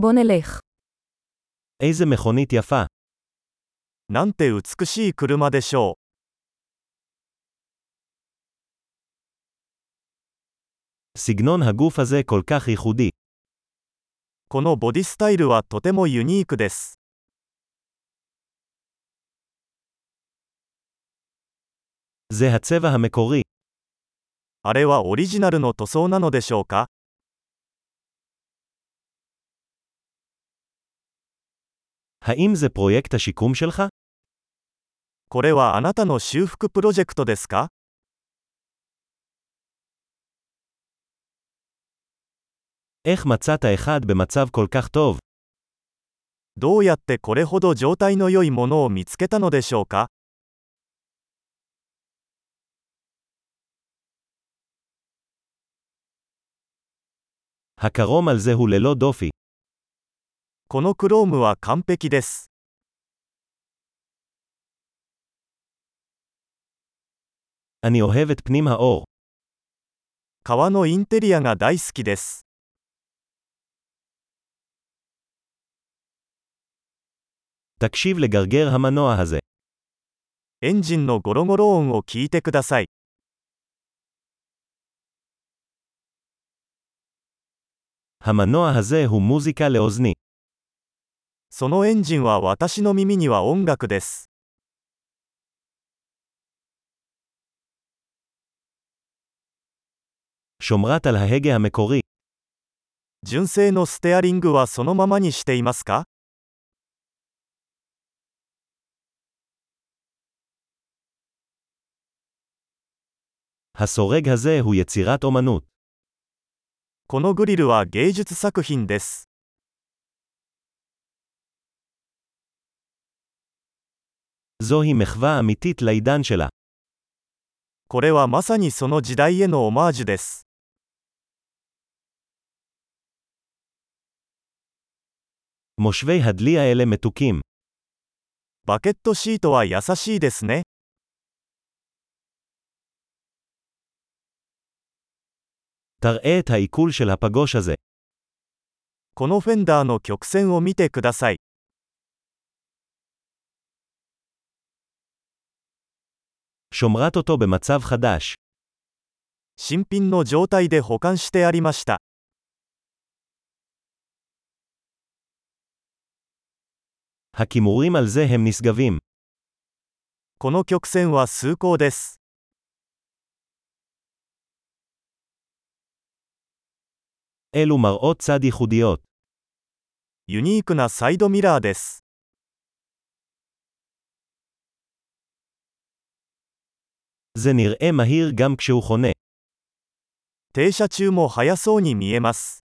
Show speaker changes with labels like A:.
A: בוא נלך.
B: איזה מכונית יפה.
C: なんて美しい車でしょう。
B: סגנון הגוף הזה כל כך ייחודי.
C: このボディスタイルはとてもユニークです。
B: זה הצבע המקורי.
C: あれはオリジナルの塗装なのでしょうか
B: האם זה פרויקט השיקום שלך?
C: これはあなたの修復プロジェクトですか
B: איך מצאת אחד במצב כל כך טוב?
C: どうやってこれほど状態の良いものを見つけたのでしょうか
B: הקרום על זה הוא ללא דופי.
C: このクロームは完璧です。
B: אני אוהב את פנים האור.
C: 革のインテリアが大好きです。
B: תקשיב לגרגר המנוע הזה.
C: エンジンのゴロゴロ音を聞いてください。
B: המנוע הזה הוא מוזיקה לאוזני.
C: そのエンジンは私の耳には音楽です。
B: שומרת על ההגה המקורי.
C: 純正のステアリングはそのままにしていますか
B: הסורג הזה הוא יצירת אומנות.
C: このグリルは芸術作品です。
B: זוהי מחווה אמיתית לעידן שלה.
C: これはまさにその時代へのオマージュです。
B: מושבי הדלי האלה מתוקים.
C: バケットシートは優しいですね。
B: תראה את העיכול של הפגוש הזה.
C: このフェンダーの曲線を見てください。
B: שומרת אותו במצב חדש.
C: 新品の状態で保管してありました。
B: הכימורים על זה הם נשגבים.
C: この曲線は崇高です。
B: אלו מראות צד ייחודיות.
C: ユニークなサイドミラーです。
B: זה נראה מהיר גם כשהוא חונה.
C: 停車中も速そうに見えます。